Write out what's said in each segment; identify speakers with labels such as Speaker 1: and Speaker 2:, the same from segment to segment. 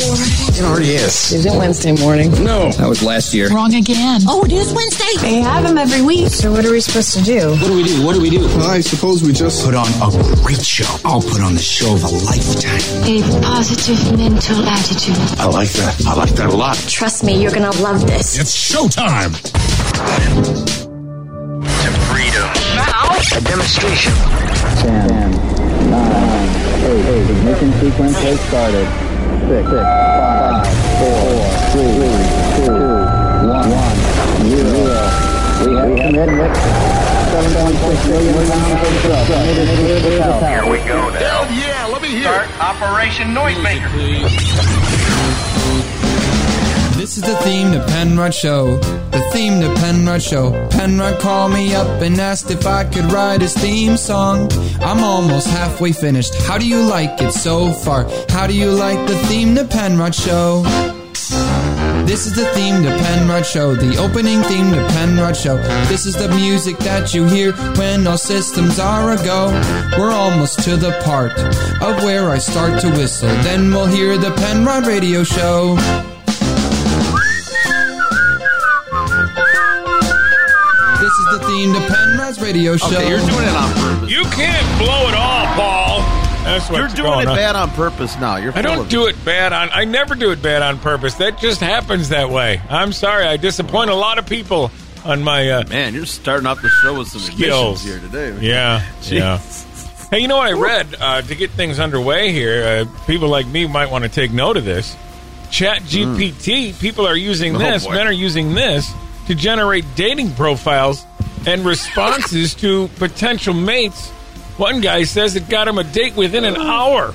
Speaker 1: Oh, yes.
Speaker 2: Is it Wednesday morning?
Speaker 1: No. That was last year.
Speaker 3: Wrong again.
Speaker 4: Oh, it is Wednesday.
Speaker 5: They have them every week. So what are we supposed to do?
Speaker 6: What do we do? What do we do?
Speaker 7: Well, I suppose we just
Speaker 8: put on a great show. I'll put on the show of a lifetime.
Speaker 9: A positive mental attitude.
Speaker 10: I like that. I like that a lot.
Speaker 11: Trust me, you're gonna love this.
Speaker 12: It's showtime.
Speaker 13: To freedom.
Speaker 14: Now a demonstration.
Speaker 15: Ten, Ten nine, eight, eight. Ignition sequence has started. Six, six, five, four, three, two, one, one, zero. We have commitment. 7.6 billion pounds of drugs.
Speaker 13: Here we go now.
Speaker 16: Hell yeah, let me hear. Start Operation Noisemaker.
Speaker 17: This is the theme to Penrod Show. The theme to Penrod Show. Penrod called me up and asked if I could write his theme song. I'm almost halfway finished. How do you like it so far? How do you like the theme to Penrod Show? This is the theme to Penrod Show, the opening theme to Penrod Show. This is the music that you hear when all systems are go. We're almost to the part of where I start to whistle. Then we'll hear the Penrod Radio Show. This is the theme to Penrod's Radio Show.
Speaker 18: Okay, you're doing it on purpose.
Speaker 19: You can't blow it all, Paul.
Speaker 18: That's what
Speaker 19: You're doing it
Speaker 18: bad on purpose now. You're full
Speaker 19: I don't
Speaker 18: of
Speaker 19: do it bad on. I never do it bad on purpose. That just happens that way. I'm sorry. I disappoint a lot of people on my uh,
Speaker 18: Man, you're starting off the show with some
Speaker 19: skills
Speaker 18: skills here today. man.
Speaker 19: Yeah, yeah. Hey, you know what I read uh, to get things underway here? Uh, people like me might want to take note of this. Chat GPT. People are using
Speaker 18: Oh,
Speaker 19: this.
Speaker 18: boy.
Speaker 19: Men are using this to generate dating profiles and responses to potential mates. One guy says it got him a date within an hour.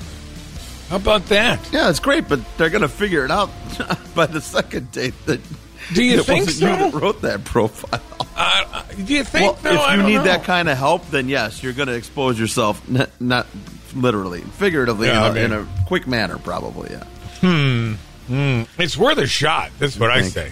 Speaker 19: How about that?
Speaker 18: Yeah, it's great, but they're going to figure it out by the second date that
Speaker 19: Do you
Speaker 18: it
Speaker 19: think
Speaker 18: wasn't you
Speaker 19: so?
Speaker 18: that wrote that profile.
Speaker 19: Uh, do you think?
Speaker 18: well,
Speaker 19: no, I
Speaker 18: if you
Speaker 19: don't
Speaker 18: need
Speaker 19: know.
Speaker 18: that kind of help, then yes, you're going to expose yourself, n- not literally, figuratively, in,
Speaker 19: Yeah,
Speaker 18: a,
Speaker 19: I mean-
Speaker 18: in a quick manner, probably. Yeah.
Speaker 19: It's worth a shot. That's what I
Speaker 18: think?
Speaker 19: say.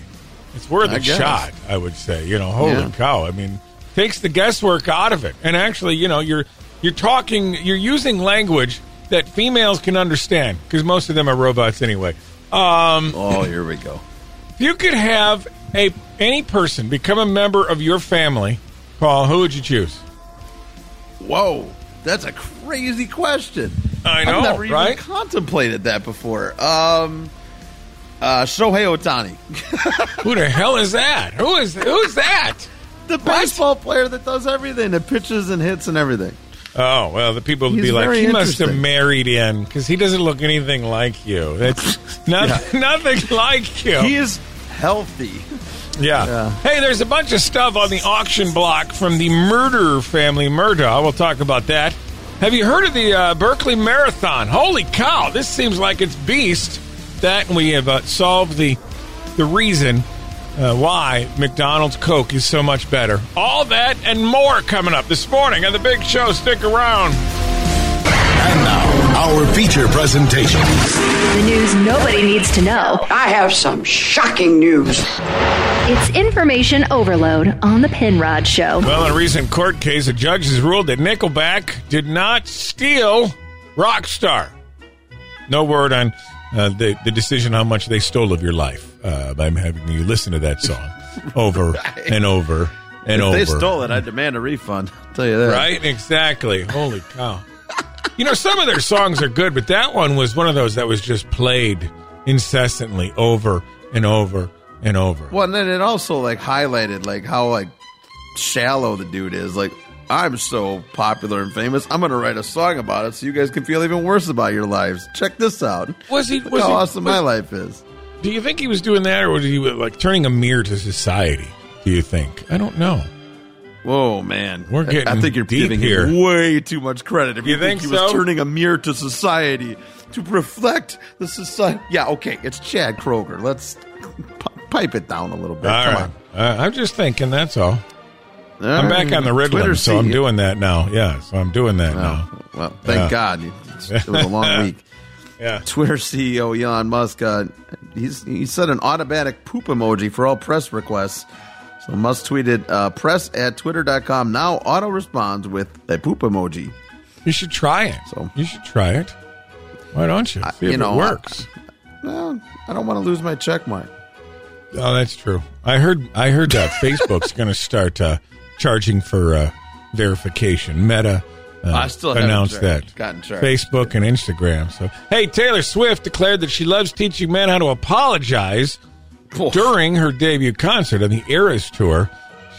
Speaker 19: It's worth
Speaker 18: I
Speaker 19: a
Speaker 18: guess.
Speaker 19: shot. I would say. You know, holy
Speaker 18: Yeah.
Speaker 19: cow! I mean, takes the guesswork out of it. And actually, you know, you're you're talking, you're using language that females can understand because most of them are robots anyway. Um,
Speaker 18: Oh, here we go.
Speaker 19: if you could have a any person become a member of your family, Paul, who would you choose?
Speaker 18: Whoa, that's a crazy question.
Speaker 19: I know,
Speaker 18: I've never
Speaker 19: right?
Speaker 18: even contemplated that before. Um, uh, Shohei Otani,
Speaker 19: Who the hell is that? Who is who's that?
Speaker 18: the baseball player that does everything, that pitches and hits and everything.
Speaker 19: Oh well, the people would
Speaker 18: He's
Speaker 19: be like,
Speaker 18: very
Speaker 19: he must have
Speaker 18: interesting.
Speaker 19: married in because he doesn't look anything like you. That's nothing, nothing like you.
Speaker 18: He is healthy.
Speaker 19: yeah.
Speaker 18: Yeah.
Speaker 19: Hey, there's a bunch of stuff on the auction block from the murderer family, Murdaugh. We'll talk about that. Have you heard of the uh, Berkeley Marathon? Holy cow! This seems like it's beast. That and we have uh, solved the the reason uh, why McDonald's Coke is so much better. All that and more coming up this morning on the Big Show. Stick around.
Speaker 12: And now, our feature presentation.
Speaker 20: The news nobody needs to know.
Speaker 6: I have some shocking news.
Speaker 20: It's information overload on the Penrod Show.
Speaker 19: Well, in a recent court case, a judge has ruled that Nickelback did not steal Rockstar. No word on uh, the, the decision how much they stole of your life uh, by having you listen to that song over and over
Speaker 18: if
Speaker 19: and over.
Speaker 18: they stole it, I demand a refund. I'll tell you that.
Speaker 19: Right? Exactly. Holy cow. You know, some of their songs are good, but that one was one of those that was just played incessantly over and over and over.
Speaker 18: Well, and then it also like highlighted like how like shallow the dude is. Like I'm so popular and famous, I'm gonna write a song about it so you guys can feel even worse about your lives. Check this out.
Speaker 19: Was he-
Speaker 18: Look
Speaker 19: was
Speaker 18: how
Speaker 19: he-
Speaker 18: awesome my
Speaker 19: was-
Speaker 18: life is?
Speaker 19: Do you think he was doing that, or was he like turning a mirror to society? Do you think? I don't know.
Speaker 18: Whoa, man, I-
Speaker 19: We're
Speaker 18: I
Speaker 19: getting
Speaker 18: think you're
Speaker 19: deep
Speaker 18: giving
Speaker 19: here.
Speaker 18: him way too much credit. If
Speaker 19: You
Speaker 18: you,
Speaker 19: think
Speaker 18: he was
Speaker 19: so?
Speaker 18: turning a mirror to society to reflect the society, yeah, okay, it's Chad Kroger. Let's p- pipe it down a little bit.
Speaker 19: All
Speaker 18: Come
Speaker 19: right. Uh, I'm just thinking. That's all.
Speaker 18: on,
Speaker 19: I'm back on the red
Speaker 18: Twitter
Speaker 19: limb, so I'm
Speaker 18: see you.
Speaker 19: doing that now. Yeah, so I'm doing that now.
Speaker 18: Oh, well, thank
Speaker 19: Yeah.
Speaker 18: God. It was a long week.
Speaker 19: Yeah.
Speaker 18: Twitter CEO Elon Musk, uh, he's, he said an automatic poop emoji for all press requests. So Musk tweeted, uh, press at twitter.com now auto responds with a poop emoji.
Speaker 19: You should try it.
Speaker 18: So-
Speaker 19: you should try it. Why don't you? See
Speaker 18: you
Speaker 19: if
Speaker 18: know,
Speaker 19: it works.
Speaker 18: well, I don't want to lose my check mark.
Speaker 19: Oh, that's true. I heard. I heard that Facebook's going to start uh, charging for uh, verification. Meta uh,
Speaker 18: I still haven't
Speaker 19: announced
Speaker 18: charged-
Speaker 19: that.
Speaker 18: gotten charged.
Speaker 19: Facebook and Instagram. So, hey, Taylor Swift declared that she loves teaching men how to apologize during her debut concert on the Eras tour.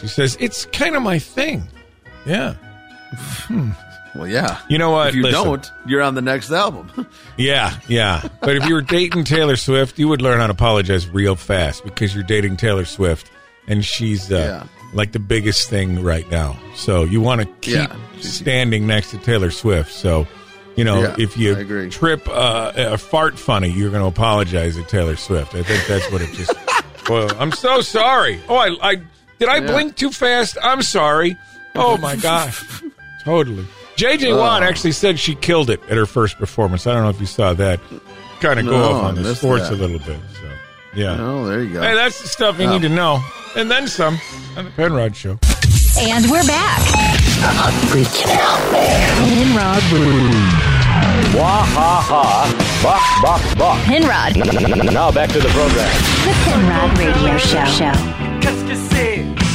Speaker 19: She says it's kind of my thing. Yeah.
Speaker 18: Well, yeah.
Speaker 19: You know what?
Speaker 18: If you
Speaker 19: Listen.
Speaker 18: don't, you're on the next album.
Speaker 19: Yeah, yeah. But if you were dating Taylor Swift, you would learn how to apologize real fast because you're dating Taylor Swift and she's uh, like the biggest thing right now. So you want to keep
Speaker 18: Yeah.
Speaker 19: standing next to Taylor Swift. So, you know,
Speaker 18: Yeah,
Speaker 19: if
Speaker 18: I
Speaker 19: you
Speaker 18: agree.
Speaker 19: trip uh, a fart funny, you're going to apologize to Taylor Swift. I think that's what it just. well, I'm so sorry. Oh, I, I did I
Speaker 18: Yeah.
Speaker 19: blink too fast? I'm sorry. Oh my gosh. Totally. JJ Watt
Speaker 18: Oh.
Speaker 19: actually said she killed it at her first performance. I don't know if you saw that. Kind of go
Speaker 18: No,
Speaker 19: off on
Speaker 18: I
Speaker 19: the
Speaker 18: missed
Speaker 19: sports
Speaker 18: that.
Speaker 19: a little bit. So, yeah.
Speaker 18: Oh, there you go.
Speaker 19: Hey, that's the stuff you
Speaker 18: Oh.
Speaker 19: need to know. And then some on the Penrod Show.
Speaker 20: And we're back.
Speaker 13: I'm freaking out, man.
Speaker 20: Penrod.
Speaker 13: Wah ha ha. Bah, bah, bah.
Speaker 20: Penrod.
Speaker 13: Now back to the program.
Speaker 20: The Penrod Radio Show. Show.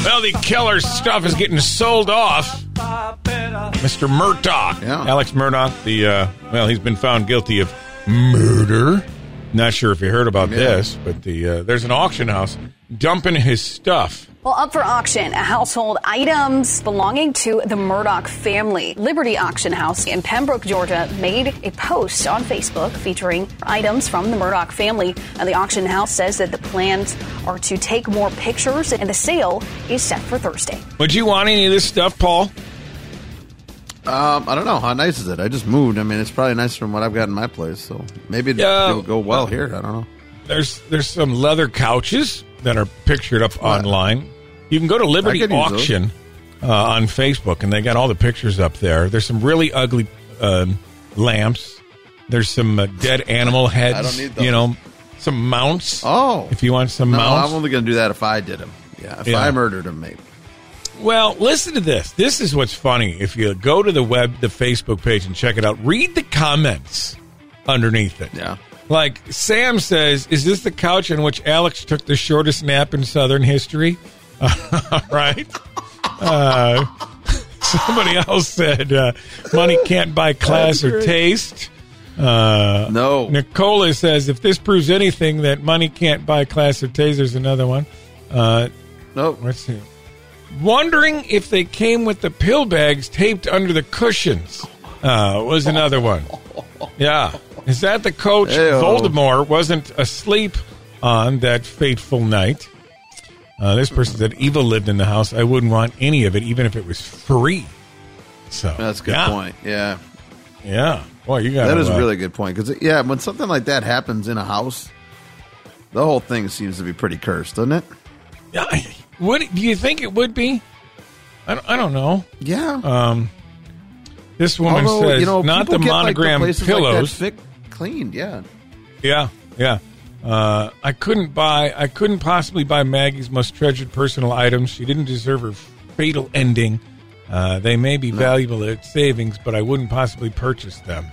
Speaker 19: Well, the killer stuff is getting sold off. Mr. Murdoch. Alex Murdoch, the, uh, well, he's been found guilty of murder. Not sure if you heard about this, but the uh, there's an auction house dumping his stuff.
Speaker 2: Well, up for auction, household items belonging to the Murdoch family. Liberty Auction House in Pembroke, Georgia, made a post on Facebook featuring items from the Murdoch family. And the auction house says that the plans are to take more pictures, and the sale is set for Thursday.
Speaker 19: Would you want any of this stuff, Paul?
Speaker 18: Um, I don't know. How nice is it? I just moved. I mean, it's probably nicer than what I've got in my place. So maybe it'll,
Speaker 19: Yeah.
Speaker 18: it'll go well here. I don't know.
Speaker 19: There's there's some leather couches that are pictured up online. You can go to Liberty
Speaker 18: could use those.
Speaker 19: Auction uh, on Facebook, and they got all the pictures up there. There's some really ugly um, lamps. There's some uh, dead animal heads.
Speaker 18: I don't need
Speaker 19: You know, some mounts.
Speaker 18: Oh,
Speaker 19: if you want some
Speaker 18: No,
Speaker 19: mounts.
Speaker 18: I'm only going to do that if I did him. Yeah, if
Speaker 19: Yeah.
Speaker 18: I murdered him, maybe.
Speaker 19: Well, listen to this. This is what's funny. If you go to the web, the Facebook page, and check it out, read the comments underneath it.
Speaker 18: Yeah.
Speaker 19: Like Sam says, is this the couch on which Alex took the shortest nap in Southern history? right? Uh, somebody else said, uh, money can't buy class or
Speaker 18: That's great. Oh.
Speaker 19: taste. Uh,
Speaker 18: no.
Speaker 19: Nicola says, if this proves anything, that money can't buy class or taste. There's another one. Uh,
Speaker 18: no.
Speaker 19: Let's see. Wondering if they came with the pill bags taped under the cushions uh, was another one. Yeah. Is that the coach
Speaker 18: Hey-o.
Speaker 19: Voldemort wasn't asleep on that fateful night? Uh, this person said evil lived in the house. I wouldn't want any of it, even if it was free. So
Speaker 18: That's a good
Speaker 19: yeah.
Speaker 18: point. Yeah.
Speaker 19: Yeah. Boy, you uh, got
Speaker 18: That is a really good point because yeah, when something like that happens in a house, the whole thing seems to be pretty cursed, doesn't it?
Speaker 19: Would do you think it would be? I don't, I don't know.
Speaker 18: Yeah.
Speaker 19: Um, this woman
Speaker 18: Although,
Speaker 19: says
Speaker 18: you know,
Speaker 19: not the
Speaker 18: people get, like,
Speaker 19: monogram
Speaker 18: places like that
Speaker 19: pillows.
Speaker 18: fic- cleaned, yeah.
Speaker 19: yeah, yeah. Uh, I couldn't buy. I couldn't possibly buy Maggie's most treasured personal items. She didn't deserve her fatal ending. Uh, they may be valuable at savings, but I wouldn't possibly purchase them.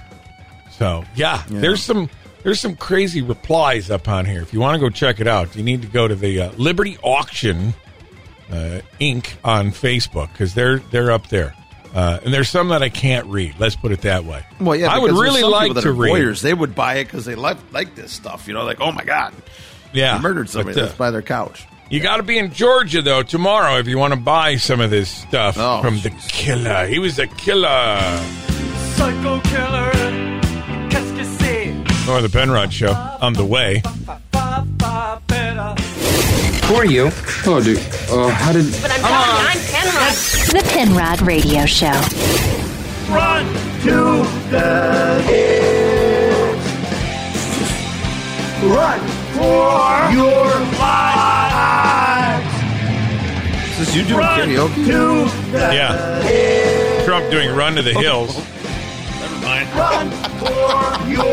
Speaker 19: So yeah,
Speaker 18: Yeah.
Speaker 19: there's some there's some crazy replies up on here. If you want to go check it out, you need to go to the uh, Liberty Auction uh, Inc. on Facebook because they're they're up there, uh, and there's some that I can't read. Let's put it that way.
Speaker 18: Well, yeah.
Speaker 19: I would
Speaker 18: because there's
Speaker 19: really
Speaker 18: some
Speaker 19: like
Speaker 18: people that
Speaker 19: to
Speaker 18: are
Speaker 19: read.
Speaker 18: voyeurs. They would buy it because they like like this stuff. You know, like oh my god,
Speaker 19: Yeah,
Speaker 18: I murdered
Speaker 19: but,
Speaker 18: somebody.
Speaker 19: uh,
Speaker 18: Let's buy their couch.
Speaker 19: You got to be in Georgia though tomorrow if you want to buy some of this stuff
Speaker 18: Oh,
Speaker 19: from the killer. He was a killer.
Speaker 16: Psycho killer. Qu'est-ce que c'est?
Speaker 19: Or Oh, the Penrod Show on the way.
Speaker 1: Who are you? Oh, dude. Uh, how did?
Speaker 11: But I'm telling you, I'm Penrod.
Speaker 20: The Penrod Radio Show.
Speaker 16: Run to the hills. Run for your lives.
Speaker 18: Is this you doing
Speaker 16: Run
Speaker 18: karaoke?
Speaker 16: to the
Speaker 19: Yeah, Trump doing "Run to the Hills."
Speaker 16: Run for your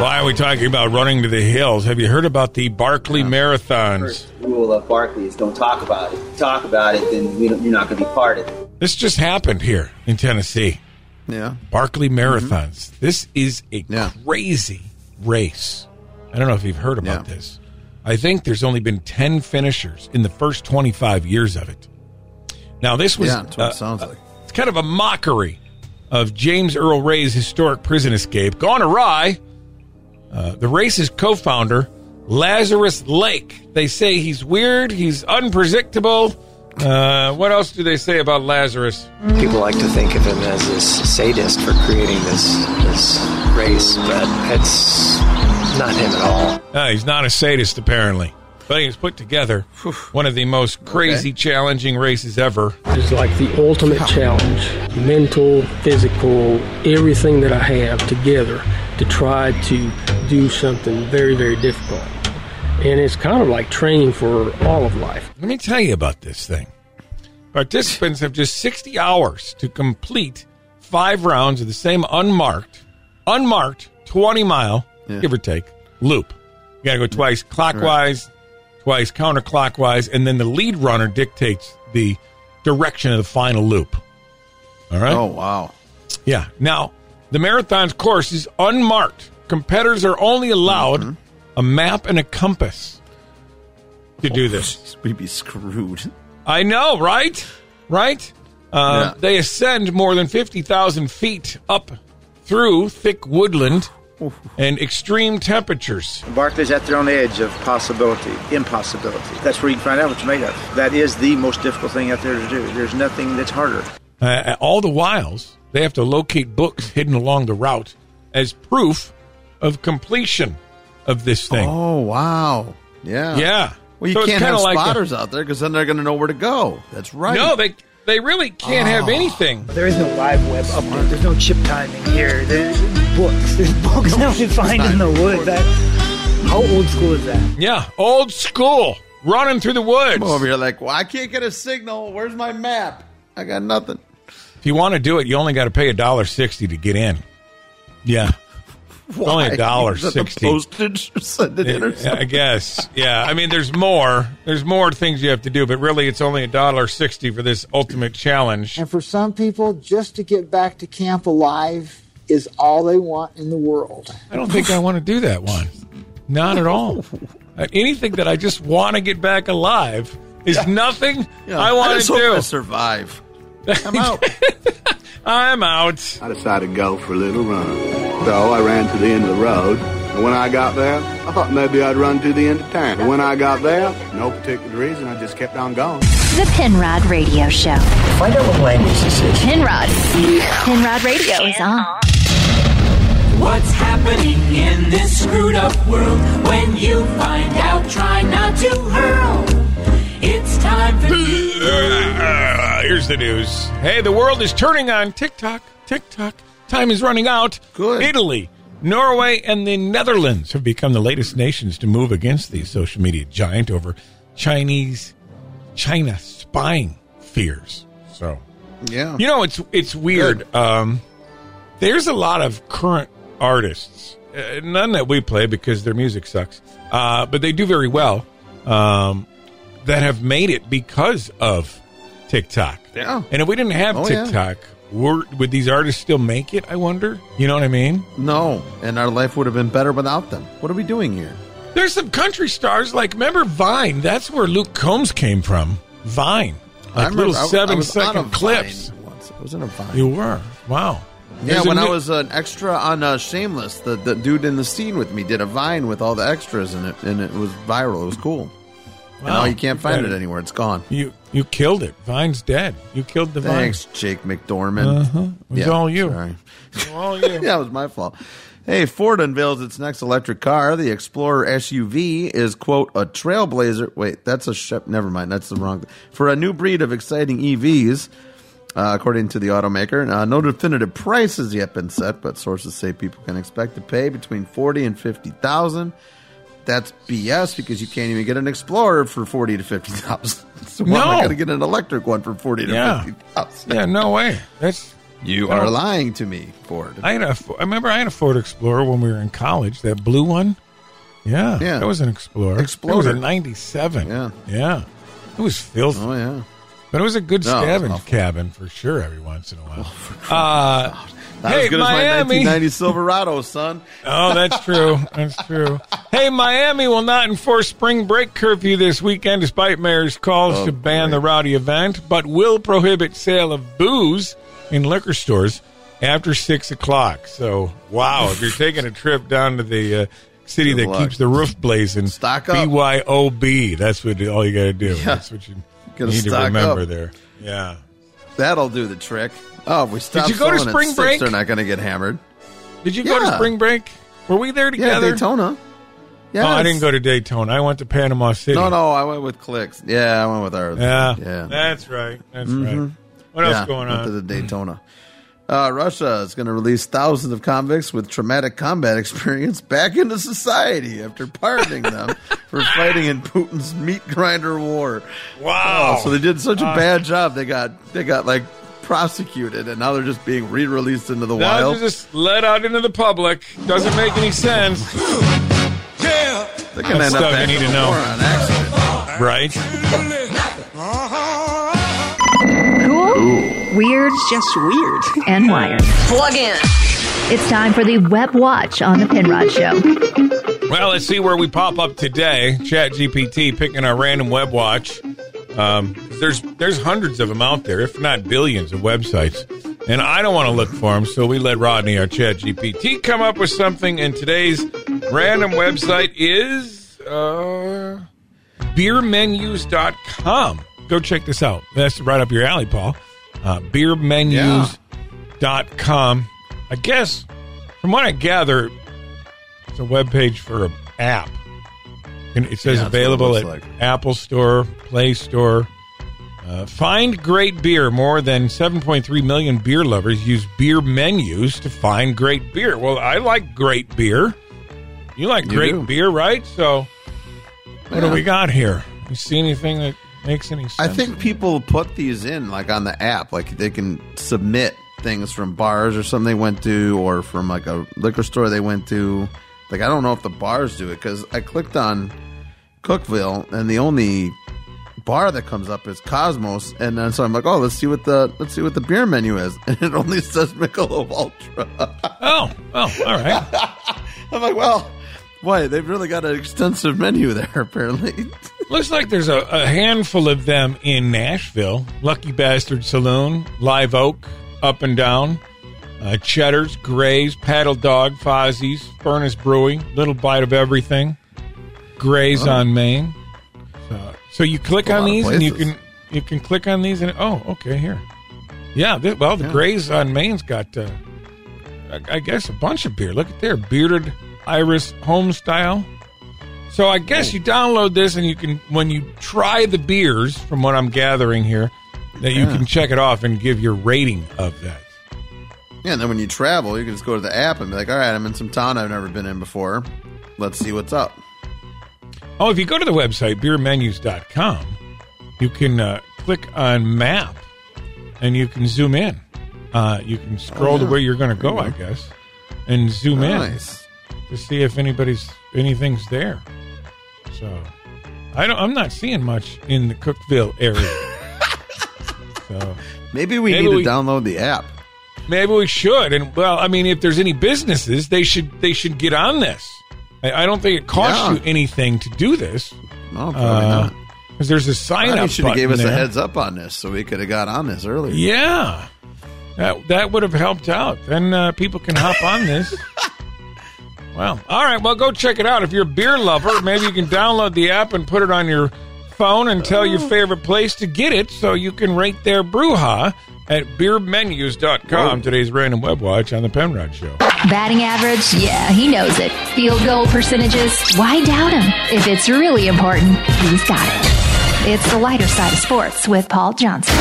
Speaker 19: Why are we talking about running to the hills? Have you heard about the Barkley marathons?
Speaker 3: rule of Barclay is don't talk about it. Talk about it, then we don't, you're not going to be part of it.
Speaker 19: This just happened here in Tennessee.
Speaker 18: Yeah.
Speaker 19: Barkley marathons. This is a
Speaker 18: Mm-hmm. Yeah.
Speaker 19: crazy race. I don't know if you've heard about this. I think there's only been 10 finishers in the first 25 years of it. Now, this was.
Speaker 18: Yeah, that's what it
Speaker 19: uh,
Speaker 18: sounds like.
Speaker 19: It's kind of a mockery of James Earl Ray's historic prison escape gone awry. Uh, the race's co founder, Lazarus Lake. They say he's weird, he's unpredictable. Uh, what else do they say about Lazarus?
Speaker 4: People like to think of him as this sadist for creating this this race, but that's not him at all.
Speaker 19: Uh, he's not a sadist, apparently. But he was put together one of the most crazy, challenging races ever.
Speaker 7: It's like the ultimate challenge mental, physical, everything that I have together to try to do something very, very difficult. And it's kind of like training for all of life.
Speaker 19: Let me tell you about this thing. Participants have just 60 hours to complete five rounds of the same unmarked, unmarked 20 mile, give or take, loop. You got to go twice clockwise, twice counterclockwise, and then the lead runner dictates the direction of the final loop. All right.
Speaker 18: Oh, wow.
Speaker 19: Yeah. Now, the marathon's course is unmarked. Competitors are only allowed
Speaker 18: Mm-hmm.
Speaker 19: a map and a compass to do this.
Speaker 18: We'd be screwed.
Speaker 19: I know, right? Right? Uh, They ascend more than 50,000 feet up through thick woodland and extreme temperatures.
Speaker 21: Barclay's at their own edge of possibility, impossibility. That's where you can find out what you're made of. That is the most difficult thing out there to do. There's nothing that's harder.
Speaker 19: Uh, all the whiles, they have to locate books hidden along the route as proof of completion of this thing.
Speaker 18: Oh, wow. Yeah.
Speaker 19: Yeah.
Speaker 18: Well, you
Speaker 19: So it's
Speaker 18: can't
Speaker 19: kinda
Speaker 18: have
Speaker 19: like a-
Speaker 18: spotters out there because then they're going to know where to go. That's right.
Speaker 19: No, they they really can't have
Speaker 18: Oh.
Speaker 19: anything.
Speaker 22: There is no live web up there. There's no chip timing here. There's books. There's books that we find in the woods. That, how old school is that?
Speaker 19: Yeah, old school, running through the woods.
Speaker 18: Come over here like, well, I can't get a signal. Where's my map? I got nothing.
Speaker 19: If you want to do it, you only got to pay a dollar sixty to get in. Yeah, It's only
Speaker 18: Why?
Speaker 19: a dollar
Speaker 18: Is that the
Speaker 19: sixty.
Speaker 18: postage or send it in or
Speaker 19: Yeah, I guess. Yeah, I mean, there's more. There's more things you have to do, but really, it's only a dollar sixty for this ultimate challenge.
Speaker 23: And for some people, just to get back to camp alive is all they want in the world.
Speaker 19: I don't think I want to do that one. Not at all. Uh, Anything that I just want to get back alive is nothing I
Speaker 18: I
Speaker 19: want
Speaker 18: just
Speaker 19: to
Speaker 18: hope
Speaker 19: do.
Speaker 18: I survive.
Speaker 19: I'm out. I'm out.
Speaker 24: I decided to go for a little run. So I ran to the end of the road. And when I got there, I thought maybe I'd run to the end of town. And when I got there, no particular reason, I just kept on going.
Speaker 20: The Penrod Radio Show.
Speaker 24: Find out what language this is.
Speaker 20: Penrod. Penrod Radio is on.
Speaker 25: What's happening in this screwed up world? When you find out, try not to hurl. It's time for
Speaker 19: Uh, here's the news. Hey, the world is turning on TikTok. TikTok. Time is running out. Good. Italy, Norway, and the Netherlands have become the latest nations to move against the social media giant over Chinese China spying fears. So,
Speaker 18: yeah.
Speaker 19: You know, it's it's weird. Um, there's a lot of current artists, uh, none that we play because their music sucks, uh, but they do very well. Um, that have made it because of TikTok.
Speaker 18: Yeah.
Speaker 19: And if we didn't have
Speaker 18: Oh, yeah.
Speaker 19: TikTok, were, would these artists still make it? I wonder. You know what I mean?
Speaker 18: No, and our life would have been better without them. What are we doing here?
Speaker 19: There's some country stars like remember Vine? That's where Luke Combs came from. Vine, like little
Speaker 18: I- I
Speaker 19: seven
Speaker 18: was on
Speaker 19: second
Speaker 18: a Vine
Speaker 19: clips.
Speaker 18: Once. I was in a vine.
Speaker 19: You were wow.
Speaker 18: Yeah,
Speaker 19: There's a
Speaker 18: when I
Speaker 19: new-
Speaker 18: was an extra on uh, Shameless, the, the dude in the scene with me did a vine with all the extras in it, and it was viral. It was cool. And
Speaker 19: Wow.
Speaker 18: now you can't find
Speaker 19: Got
Speaker 18: it
Speaker 19: it.
Speaker 18: anywhere. It's gone.
Speaker 19: You you killed it. Vine's dead. You killed the Vine.
Speaker 18: Thanks, Jake McDormand.
Speaker 19: Uh-huh. It was all you.
Speaker 18: Sorry.
Speaker 19: all you.
Speaker 18: yeah, it was my fault. Hey, Ford unveils its next electric car. The Explorer SUV is, quote, a trailblazer. Wait, that's a ship. Never mind. That's the wrong. For a new breed of exciting EVs, uh, according to the automaker. Uh, no definitive price has yet been set, but sources say people can expect to pay between 40 and 50000 That's BS because you can't even get an Explorer for 40 to 50000 So why am I
Speaker 19: No.
Speaker 18: going to get an electric one for 40 to
Speaker 19: Yeah.
Speaker 18: 50000
Speaker 19: Yeah, no way. That's
Speaker 18: You
Speaker 19: I
Speaker 18: are
Speaker 19: don't-
Speaker 18: lying to me, Ford.
Speaker 19: I had a. Fo- I remember I had a Ford Explorer when we were in college. That blue one. Yeah,
Speaker 18: Yeah.
Speaker 19: That was an Explorer.
Speaker 18: Explorer.
Speaker 19: That was a '97. Yeah, yeah. It was filthy.
Speaker 18: Oh yeah.
Speaker 19: But it was a good
Speaker 18: No, it was
Speaker 19: scavenge
Speaker 18: awful. Oh,
Speaker 19: cabin for sure. Every once in a while. uh,
Speaker 18: Not
Speaker 19: hey,
Speaker 18: as good
Speaker 19: Miami.
Speaker 18: as my 1990 Silverado, son.
Speaker 19: Oh, that's true. That's true. Hey, Miami will not enforce spring break curfew this weekend despite mayor's calls
Speaker 18: Oh,
Speaker 19: to ban the rowdy event, but will prohibit sale of booze in liquor stores after 6 o'clock. So, wow, if you're taking a trip down to the uh, city that keeps the roof blazing, stock
Speaker 18: up.
Speaker 19: BYOB. That's what all you got to do. That's what you
Speaker 18: Gotta
Speaker 19: need to
Speaker 18: stock
Speaker 19: remember
Speaker 18: up.
Speaker 19: there. Yeah.
Speaker 18: That'll do the trick. Oh, if we stop
Speaker 19: you go to
Speaker 18: selling at
Speaker 19: spring
Speaker 18: six,
Speaker 19: break?
Speaker 18: They're not going to get hammered.
Speaker 19: Did you go to
Speaker 18: Yeah.
Speaker 19: spring break? Were we there
Speaker 18: Yeah,
Speaker 19: together?
Speaker 18: Daytona. Yeah,
Speaker 19: Oh, I didn't go to Daytona. I went to Panama City.
Speaker 18: No, no, I went with clicks. Yeah, I went with ours.
Speaker 19: Yeah.
Speaker 18: yeah.
Speaker 19: That's right. That's right.
Speaker 18: Mhm.
Speaker 19: What else
Speaker 18: Yeah,
Speaker 19: going
Speaker 18: went To
Speaker 19: on?
Speaker 18: the Daytona. Uh, Russia is going to release thousands of convicts with traumatic combat experience back into society after pardoning them for fighting in Putin's meat grinder war.
Speaker 19: Wow!
Speaker 18: Oh, so they did such a
Speaker 19: Uh,
Speaker 18: bad job. They got they got like prosecuted, and now they're just being re-released into the
Speaker 19: Now
Speaker 18: wild.
Speaker 19: they're just let out into the public. Doesn't make any sense. Yeah.
Speaker 18: They're gonna end
Speaker 19: That's
Speaker 18: up
Speaker 19: stuff you
Speaker 18: back
Speaker 19: need
Speaker 18: in
Speaker 19: to
Speaker 18: the
Speaker 19: know.
Speaker 18: war on accident.
Speaker 19: Right?
Speaker 20: Cool, weird, just weird, and wired.
Speaker 11: Plug in.
Speaker 20: It's time for the Web Watch on the Pinrod Show.
Speaker 19: Well, let's see where we pop up today. Chat GPT picking our random web watch. Um, there's there's hundreds of them out there, if not billions of websites, and I don't want to look for them. So we let Rodney, our Chat GPT, come up with something. And today's random website is uh, beermenus.com. Go check this out. That's right up your alley, Paul. Uh, beermenus.com. I guess, from what I gather, it's a web page for an app. And it says
Speaker 18: Yeah, that's what it
Speaker 19: available
Speaker 18: looks
Speaker 19: at
Speaker 18: like.
Speaker 19: Apple Store, Play Store. Uh, find great beer. More than 7.3 million beer lovers use beer menus to find great beer. Well, I like great beer. You like
Speaker 18: You
Speaker 19: great
Speaker 18: do.
Speaker 19: beer, right? So, what do
Speaker 18: Yeah.
Speaker 19: we got here? You see anything that makes any sense?
Speaker 18: I think people put these in like on the app, like they can submit things from bars or something they went to, or from like a liquor store they went to. Like I don't know if the bars do it because I clicked on Cookville and the only bar that comes up is Cosmos, and then so I'm like, oh, let's see what the let's see what the beer menu is, and it only says Michelob Ultra.
Speaker 19: Oh, oh, all right.
Speaker 18: I'm like, well, why they've really got an extensive menu there apparently.
Speaker 19: Looks like there's a, a handful of them in Nashville. Lucky Bastard Saloon, Live Oak, Up and Down, uh, Cheddar's, Gray's, Paddle Dog, Fozzie's, Furnace Brewing, Little Bite of Everything, Gray's
Speaker 18: Oh.
Speaker 19: on Main. So, so you click
Speaker 18: A
Speaker 19: on
Speaker 18: lot of
Speaker 19: these and you
Speaker 18: places.
Speaker 19: can you can click on these and oh okay here, yeah. th- well, the
Speaker 18: Yeah.
Speaker 19: Gray's on Main's got uh, I, I guess a bunch of beer. Look at there, bearded Iris home style. So I guess you download this and you can when you try the beers, from what I'm gathering here, that you
Speaker 18: Yeah.
Speaker 19: can check it off and give your rating of that.
Speaker 18: Yeah, and then when you travel, you can just go to the app and be like, all right, I'm in some town I've never been in before. Let's see what's up.
Speaker 19: Oh, if you go to the website beermenus.com, you can uh, click on map and you can zoom in. Uh, you can scroll to
Speaker 18: Oh, yeah.
Speaker 19: where you're going to
Speaker 18: There
Speaker 19: go,
Speaker 18: you
Speaker 19: I
Speaker 18: go.
Speaker 19: guess, and zoom
Speaker 18: Nice.
Speaker 19: in to see if anybody's anything's there. So, I don't. I'm not seeing much in the Cookville area. so.
Speaker 18: Maybe we
Speaker 19: Maybe
Speaker 18: need
Speaker 19: we-
Speaker 18: to download the app.
Speaker 19: Maybe we should. And well, I mean, if there's any businesses, they should they should get on this. I, I don't think it costs
Speaker 18: Yeah.
Speaker 19: you anything to do this.
Speaker 18: No, probably
Speaker 19: Uh,
Speaker 18: not.
Speaker 19: Because there's a sign
Speaker 18: Ronnie
Speaker 19: up.
Speaker 18: should have
Speaker 19: button
Speaker 18: gave us
Speaker 19: there.
Speaker 18: a heads up on this so we could have got on this earlier.
Speaker 19: Yeah, that that would have helped out. Then uh, people can hop on this. Well, all right. Well, go check it out. If you're a beer lover, maybe you can download the app and put it on your phone and tell
Speaker 18: Oh.
Speaker 19: your favorite place to get it so you can rate their brewha at beermenus.com. Today's random web watch on the Penrod Show.
Speaker 20: Batting average? Yeah, he knows it. Field goal percentages? Why doubt him? If it's really important, he's got it. It's the lighter side of sports with Paul Johnson.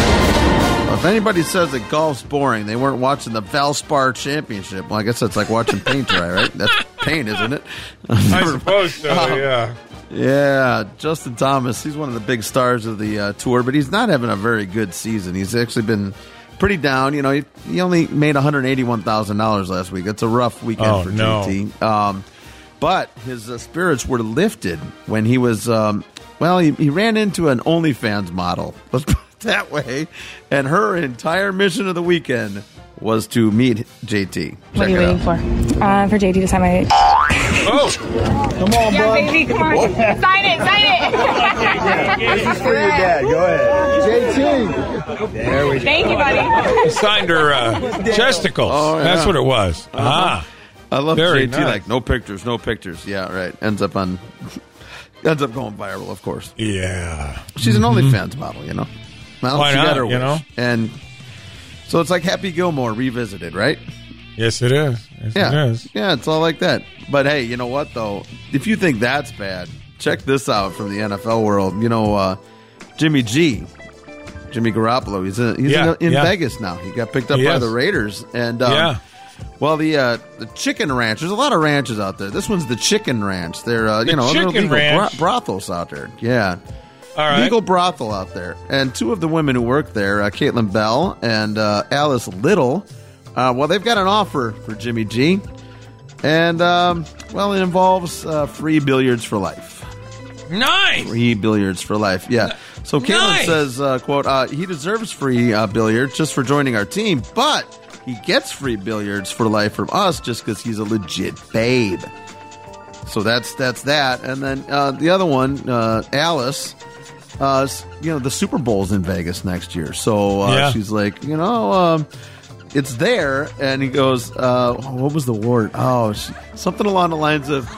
Speaker 18: If anybody says that golf's boring, they weren't watching the Valspar Championship. Well, I guess that's like watching paint dry, right? That's paint, isn't it?
Speaker 19: I suppose so, yeah.
Speaker 18: Yeah, Justin Thomas. He's one of the big stars of the uh, tour, but he's not having a very good season. He's actually been pretty down. You know, he, he only made one hundred eighty-one thousand dollars last week. It's a rough weekend
Speaker 19: Oh,
Speaker 18: for
Speaker 19: no.
Speaker 18: JT. Um, but his uh, spirits were lifted when he was. Um, well, he, he ran into an OnlyFans model. Let's put it that way, and her entire mission of the weekend was to meet JT.
Speaker 5: What are you waiting for? Uh, for JD to sign my.
Speaker 18: Oh,
Speaker 5: Come on, yeah, baby, come on. sign it, sign it.
Speaker 16: This is for your dad. Go ahead. JT.
Speaker 19: There we go.
Speaker 5: Thank you, buddy.
Speaker 19: He signed her uh, chesticles.
Speaker 18: Oh, yeah. Uh-huh.
Speaker 19: That's what it was. Ah,
Speaker 18: I love
Speaker 19: Very
Speaker 18: JT.
Speaker 19: nice.
Speaker 18: Like no pictures, no pictures. Yeah, right. Ends up on, ends up going viral, of course.
Speaker 19: Yeah,
Speaker 18: she's an OnlyFans model, you know. Well,
Speaker 19: Mm-hmm. Why
Speaker 18: she
Speaker 19: not,
Speaker 18: got her
Speaker 19: you
Speaker 18: wish.
Speaker 19: know?
Speaker 18: and so it's like Happy Gilmore revisited, right?
Speaker 19: Yes, it is. Yes,
Speaker 18: yeah,
Speaker 19: it is.
Speaker 18: yeah, it's all like that. But hey, you know what though? If you think that's bad, check this out from the NFL world. You know, uh, Jimmy G, Jimmy Garoppolo, he's in, he's
Speaker 19: Yeah,
Speaker 18: in, in
Speaker 19: yeah.
Speaker 18: Vegas now. He got picked up
Speaker 19: He
Speaker 18: by
Speaker 19: is.
Speaker 18: the Raiders, and um,
Speaker 19: Yeah.
Speaker 18: Well, the uh, the chicken ranch. There's a lot of ranches out there. This one's the chicken ranch. They're uh,
Speaker 19: The
Speaker 18: you know they're
Speaker 19: Chicken
Speaker 18: legal bro-
Speaker 19: Ranch.
Speaker 18: brothels out there. Yeah,
Speaker 19: All right.
Speaker 18: legal brothel out there. And two of the women who work there, uh, Caitlin Bell and uh, Alice Little, uh, well, they've got an offer for Jimmy G. And, um, well, it involves uh, free billiards for life.
Speaker 19: Nice.
Speaker 18: Free billiards for life, yeah. So Caitlin
Speaker 19: Nice.
Speaker 18: says, uh, quote, uh, he deserves free uh, billiards just for joining our team, but he gets free billiards for life from us just because he's a legit babe. So that's that's that. And then uh, the other one, uh, Alice. Uh, s- you know, the Super Bowl's in Vegas next year, so uh,
Speaker 19: Yeah.
Speaker 18: she's like, you know, um, it's there. And he goes, uh, what was the word? Oh, sh something along the lines of,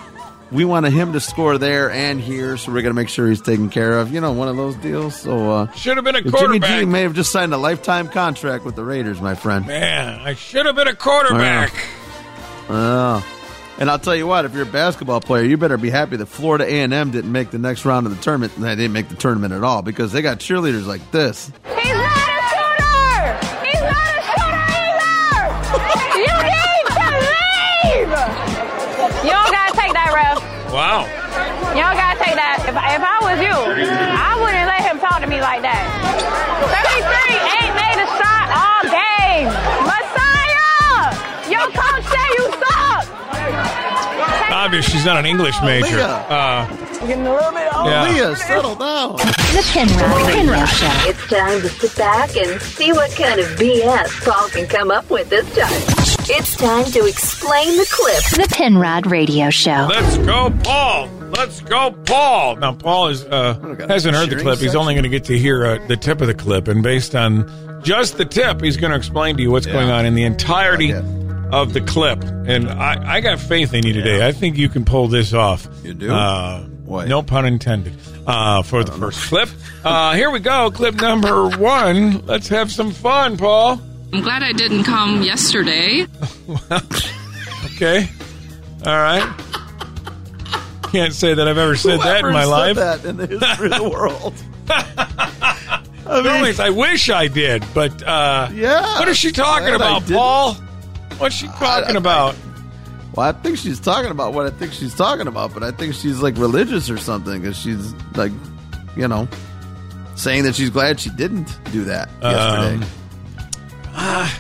Speaker 18: we wanted him to score there and here, so we're going to make sure he's taken care of. You know, one of those deals. So uh,
Speaker 19: Should have been a
Speaker 18: Jimmy
Speaker 19: quarterback.
Speaker 18: G may have just signed a lifetime contract with the Raiders, my friend.
Speaker 19: Man, I should have been a quarterback.
Speaker 18: Oh. And I'll tell you what, if you're a basketball player, you better be happy that Florida A&M didn't make the next round of the tournament. and They didn't make the tournament at all because they got cheerleaders like this.
Speaker 16: He's not a shooter. He's not a shooter either. You need to leave.
Speaker 5: Y'all gotta take that, ref.
Speaker 19: Wow.
Speaker 5: Y'all gotta take that. If, if I was you, I wouldn't let him talk to me like that. 33 ain't made a shot all game. Messiah! Your coach said you suck!
Speaker 19: Obvious she's not an English major.
Speaker 18: Leah.
Speaker 19: Uh,
Speaker 5: I'm getting a little bit
Speaker 19: Yeah.
Speaker 18: Leah, settle down.
Speaker 8: The Penrod Penrod Show. It's time to sit back and see what kind of BS Paul can come up with this time. It's time to explain the clip.
Speaker 20: The Penrod Radio Show.
Speaker 19: let's go, Paul. Let's go, Paul. Now, Paul is uh, hasn't heard the
Speaker 18: cheering
Speaker 19: clip. He's
Speaker 18: section.
Speaker 19: only going to get to hear uh, the tip of the clip, and based on just the tip, he's going to explain to you what's going on in the entirety of the clip. And I, I got faith in you today. I think you can pull this off. You
Speaker 18: do?
Speaker 19: Uh, No pun intended. Uh, for the first clip. Uh, here we go. Clip number one. Let's have some fun, Paul.
Speaker 9: I'm glad I didn't come yesterday.
Speaker 19: Okay. All right. Can't say that I've ever said that in my life.
Speaker 18: that in the history of the world.
Speaker 19: I, I wish I did, but uh,
Speaker 18: Yeah.
Speaker 19: What is she talking
Speaker 18: Glad I
Speaker 19: about,
Speaker 18: didn't.
Speaker 19: Paul? What's she talking about?
Speaker 18: Well, I think she's talking about what I think she's talking about, but I think she's like religious or something because she's like, you know, saying that she's glad she didn't do that
Speaker 19: Um,
Speaker 18: yesterday.
Speaker 19: uh,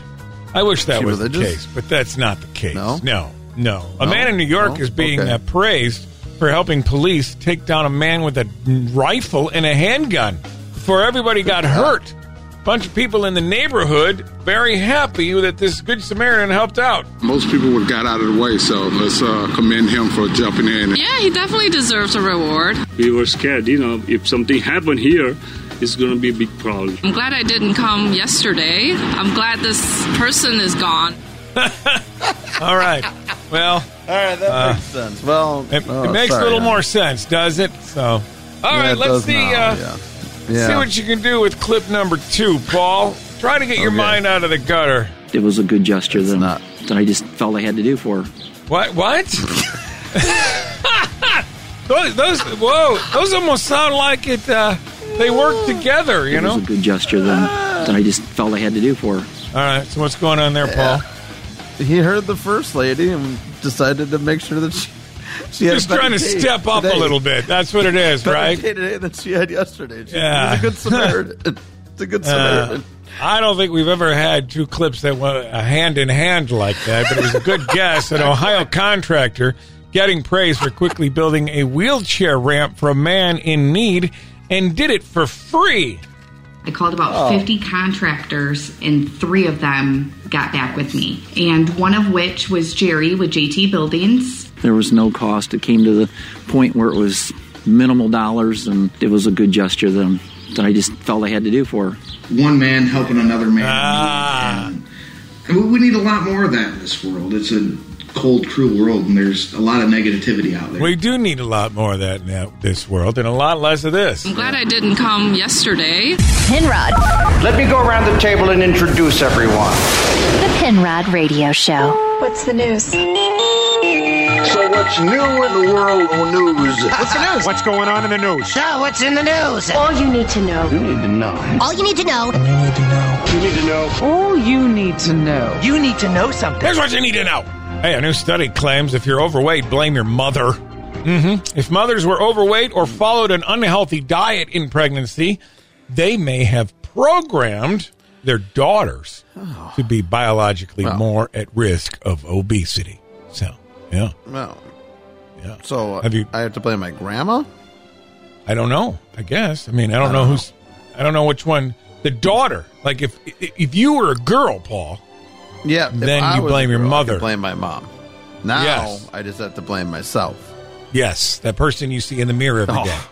Speaker 19: I wish that
Speaker 18: She
Speaker 19: was the
Speaker 18: religious?
Speaker 19: case, but that's not the case.
Speaker 18: No?
Speaker 19: no, no. A
Speaker 18: No?
Speaker 19: man in New York
Speaker 18: No?
Speaker 19: is being
Speaker 18: Okay.
Speaker 19: uh, praised for helping police take down a man with a rifle and a handgun before everybody got hurt. Bunch of people in the neighborhood very happy that this good Samaritan helped out.
Speaker 10: Most people would have got out of the way, so let's uh, commend him for jumping in.
Speaker 9: Yeah, he definitely deserves a reward.
Speaker 14: We were scared, you know, if something happened here, it's going to be a big problem.
Speaker 9: I'm glad I didn't come yesterday. I'm glad this person is gone.
Speaker 19: All right. Well, all
Speaker 18: right, that
Speaker 19: uh,
Speaker 18: makes sense. Well, oh,
Speaker 19: it, it makes a little more sense, does it? So, all right,
Speaker 18: it
Speaker 19: let's
Speaker 18: does
Speaker 19: see.
Speaker 18: now,
Speaker 19: uh,
Speaker 18: yeah. Yeah.
Speaker 19: See what you can do with clip number two, Paul. Try to get
Speaker 18: Oh,
Speaker 19: your
Speaker 26: Okay.
Speaker 19: mind out of the gutter.
Speaker 26: It was a good gesture that, that I just felt I had to do for her.
Speaker 19: What? What? those, those, whoa, those almost sound like it. Uh, they work together, you
Speaker 26: it
Speaker 19: know.
Speaker 26: was a good gesture that, that I just felt I had to do for her.
Speaker 19: All right, so what's going on there, Paul?
Speaker 18: He heard the first lady and decided to make sure that she. she had
Speaker 19: Just
Speaker 18: a better
Speaker 19: trying to
Speaker 18: day
Speaker 19: step up a
Speaker 18: today.
Speaker 19: little bit. That's what it is,
Speaker 18: Better
Speaker 19: right?
Speaker 18: day today than she had yesterday. She,
Speaker 19: Yeah.
Speaker 18: She's a good Samaritan. it's a good Samaritan.
Speaker 19: Uh, I don't think we've ever had two clips that went uh, hand in hand like that, but it was a good guess. An Ohio contractor getting praise for quickly building a wheelchair ramp for a man in need and did it for free.
Speaker 2: I called about
Speaker 6: Oh.
Speaker 2: 50 contractors, and three of them got back with me. And one of which was Jerry with JT Buildings.
Speaker 26: There was no cost. It came to the point where it was minimal dollars, and it was a good gesture that, I'm- that I just felt I had to do for her.
Speaker 12: One man helping another man.
Speaker 19: Ah.
Speaker 12: And we- we need a lot more of that in this world. It's a cold, cruel world, and there's a lot of negativity out there.
Speaker 19: We do need a lot more of that in that- this world and a lot less of this.
Speaker 9: I'm glad I didn't come yesterday.
Speaker 20: Penrod,
Speaker 13: Let me go around the table and introduce everyone.
Speaker 20: the Penrod Radio Show. What's the news?
Speaker 15: So what's new in the world of news? What's the news? What's going on in the news?
Speaker 17: So, what's in the news? All you need to know.
Speaker 15: You need to know.
Speaker 17: All you need to know.
Speaker 15: You need to know.
Speaker 17: All you need to know. You need to know something.
Speaker 19: Here's what you need to know. Hey, a new study claims if you're overweight, blame your mother. Mm-hmm. If mothers were overweight or followed an unhealthy diet in pregnancy, they may have programmed their daughters to be biologically
Speaker 18: Wow.
Speaker 19: more at risk of obesity. So, yeah,
Speaker 18: Well,
Speaker 19: yeah.
Speaker 18: So uh,
Speaker 19: Have you-
Speaker 18: I have to play my grandma.
Speaker 19: I don't know. I guess. I mean, I don't know who's. I don't know which one. The daughter. Like if if you were a girl, Paul.
Speaker 18: Yeah. if
Speaker 19: Then
Speaker 18: I
Speaker 19: you
Speaker 18: was a
Speaker 19: blame your
Speaker 18: girl, I could
Speaker 19: mother.
Speaker 18: blame my mom. Now
Speaker 19: Yes.
Speaker 18: I just have to blame myself.
Speaker 19: Yes, that person you see in the mirror every day,
Speaker 18: Oh.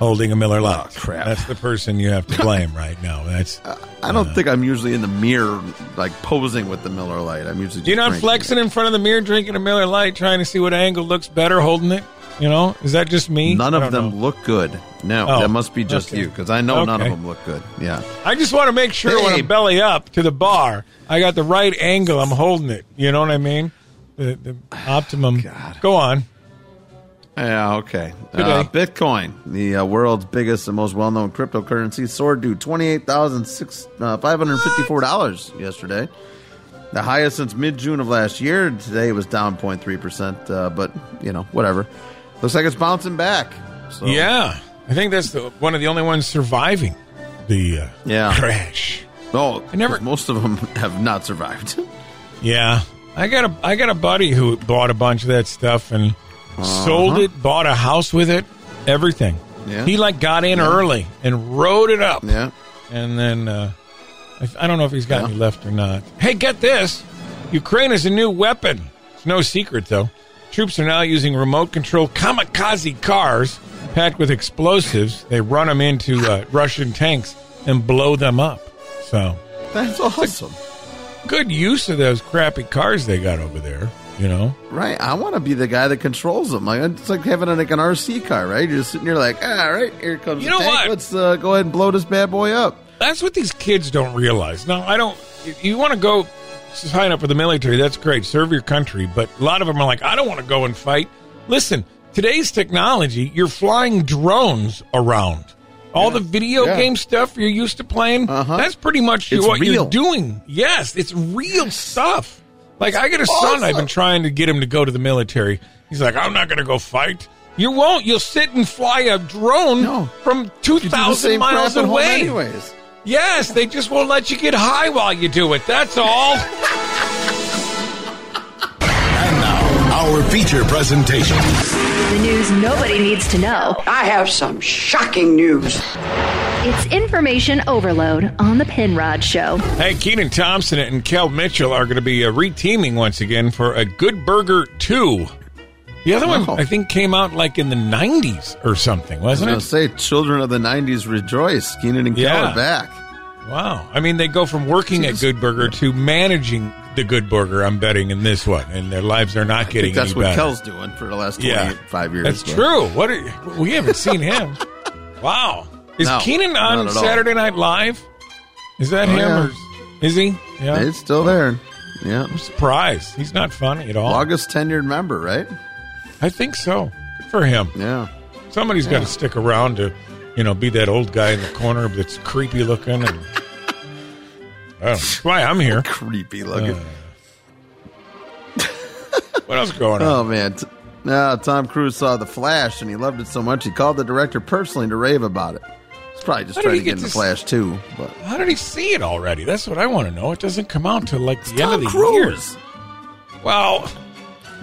Speaker 19: holding a Miller Lite. crap. That's the person you have to blame right now. That's
Speaker 18: I don't think I'm usually in the mirror like posing with the Miller Lite. I'm usually.
Speaker 19: you're
Speaker 18: just
Speaker 19: not
Speaker 18: drinking
Speaker 19: flexing in front of the mirror, drinking a Miller Lite, trying to see what angle looks better, holding it. You know, is that just me?
Speaker 18: None
Speaker 19: I
Speaker 18: of
Speaker 19: don't
Speaker 18: them look good. No,
Speaker 19: Oh,
Speaker 18: that must be just
Speaker 19: okay.
Speaker 18: you because I know none of
Speaker 19: Okay.
Speaker 18: them look good. Yeah.
Speaker 19: know. I just want to make sure when I'm belly up to the bar, I got the right angle. I'm holding it. You know what I mean? The, the optimum. Go on.
Speaker 18: Yeah. Okay.
Speaker 19: Good
Speaker 18: Uh,
Speaker 19: day.
Speaker 18: Bitcoin, the uh, world's biggest and most well-known cryptocurrency, soared to twenty-eight thousand six uh, five hundred fifty-four dollars yesterday, the highest since mid-June of last year. Today it was down 0.3 percent, uh, but you know, whatever. Looks like it's bouncing back. So,
Speaker 19: Yeah, I think that's the, one of the only ones surviving the uh,
Speaker 18: Yeah.
Speaker 19: crash.
Speaker 18: No,
Speaker 19: I never.
Speaker 18: Oh, Most of them have not survived.
Speaker 19: Yeah, I got a I got a buddy who bought a bunch of that stuff and sold
Speaker 18: Uh-huh.
Speaker 19: it, bought a house with it, everything.
Speaker 18: Yeah.
Speaker 19: He like got in
Speaker 18: Yeah.
Speaker 19: early and rode it up.
Speaker 18: Yeah.
Speaker 19: and then uh, I, I don't know if he's got any left or not. Hey, get this! Ukraine has a new weapon. It's no secret though. Troops are now using remote control kamikaze cars packed with explosives. They run them into uh, Russian tanks and blow them up. So
Speaker 18: That's awesome.
Speaker 19: good use of those crappy cars they got over there. You know,
Speaker 18: Right, I want to be the guy that controls them. Like it's like having like an RC car, right? You're just sitting here like, all right, here comes.
Speaker 19: You
Speaker 18: the
Speaker 19: know
Speaker 18: tank.
Speaker 19: what?
Speaker 18: Let's uh, go ahead and blow this bad boy up.
Speaker 19: that's what these kids don't realize. Now, I don't. if You want to go sign up for the military? That's great. Serve your country. But a lot of them are like, I don't want to go and fight. Listen, today's technology, you're flying drones around. All the video
Speaker 18: Yeah. Uh-huh.
Speaker 19: game stuff you're used to playing, that's pretty much
Speaker 18: It's
Speaker 19: what
Speaker 18: real.
Speaker 19: you're doing. Yes, it's real stuff. Like, I got a son, I've been trying to get him to go to the military. He's like, I'm not going to go fight. You won't. You'll sit and fly a drone from
Speaker 18: You do the
Speaker 19: 2,000
Speaker 18: same
Speaker 19: miles
Speaker 18: crap at home
Speaker 19: away.
Speaker 18: anyways.
Speaker 19: Yes, they just won't let you get high while you do it. That's all.
Speaker 27: Our feature presentation.
Speaker 20: The news nobody needs to know. I have some shocking news. It's information overload on the Penrod Show.
Speaker 19: Hey, Keenan Thompson and Kel Mitchell are going to be uh, reteaming once again for a Good Burger 2. The other one, I think, came out like in the 90s or something,
Speaker 18: I was
Speaker 19: wasn't
Speaker 18: gonna
Speaker 19: it?
Speaker 18: say, children of the '90s rejoice. Keenan and Kel
Speaker 19: Yeah.
Speaker 18: are back.
Speaker 19: Wow. I mean, they go from working at Good Burger to managing the Good Burger, I'm betting, in this one. And their lives are not
Speaker 18: I
Speaker 19: getting
Speaker 18: think that's
Speaker 19: any
Speaker 18: what
Speaker 19: better.
Speaker 18: Kel's doing for the last twenty-five years.
Speaker 19: That's
Speaker 18: but-
Speaker 19: true. What are, we haven't seen him. wow. Is
Speaker 18: No,
Speaker 19: Keenan
Speaker 18: not
Speaker 19: on
Speaker 18: at all.
Speaker 19: Saturday Night Live? Is that
Speaker 18: Oh,
Speaker 19: him
Speaker 18: yeah.
Speaker 19: or is he? Yeah.
Speaker 18: It's still there. Yeah, I'm
Speaker 19: surprised. He's not funny at all.
Speaker 18: Longest tenured member, right?
Speaker 19: I think so. Good for him.
Speaker 18: Yeah.
Speaker 19: Somebody's got
Speaker 18: Yeah.
Speaker 19: to stick around to, you know, be that old guy in the corner that's creepy looking and I don't know. That's why I'm here. Uh,
Speaker 18: Creepy looking.
Speaker 19: what else going on?
Speaker 18: Oh man, T- uh, Tom Cruise saw The Flash and he loved it so much he called the director personally to rave about it. He's probably just
Speaker 19: How did
Speaker 18: trying
Speaker 19: he
Speaker 18: to
Speaker 19: get
Speaker 18: get in The
Speaker 19: this-
Speaker 18: Flash too, but
Speaker 19: How did he see it already? That's what I want to know. It doesn't come out till like the end of the
Speaker 18: Cruise.
Speaker 19: year. Well,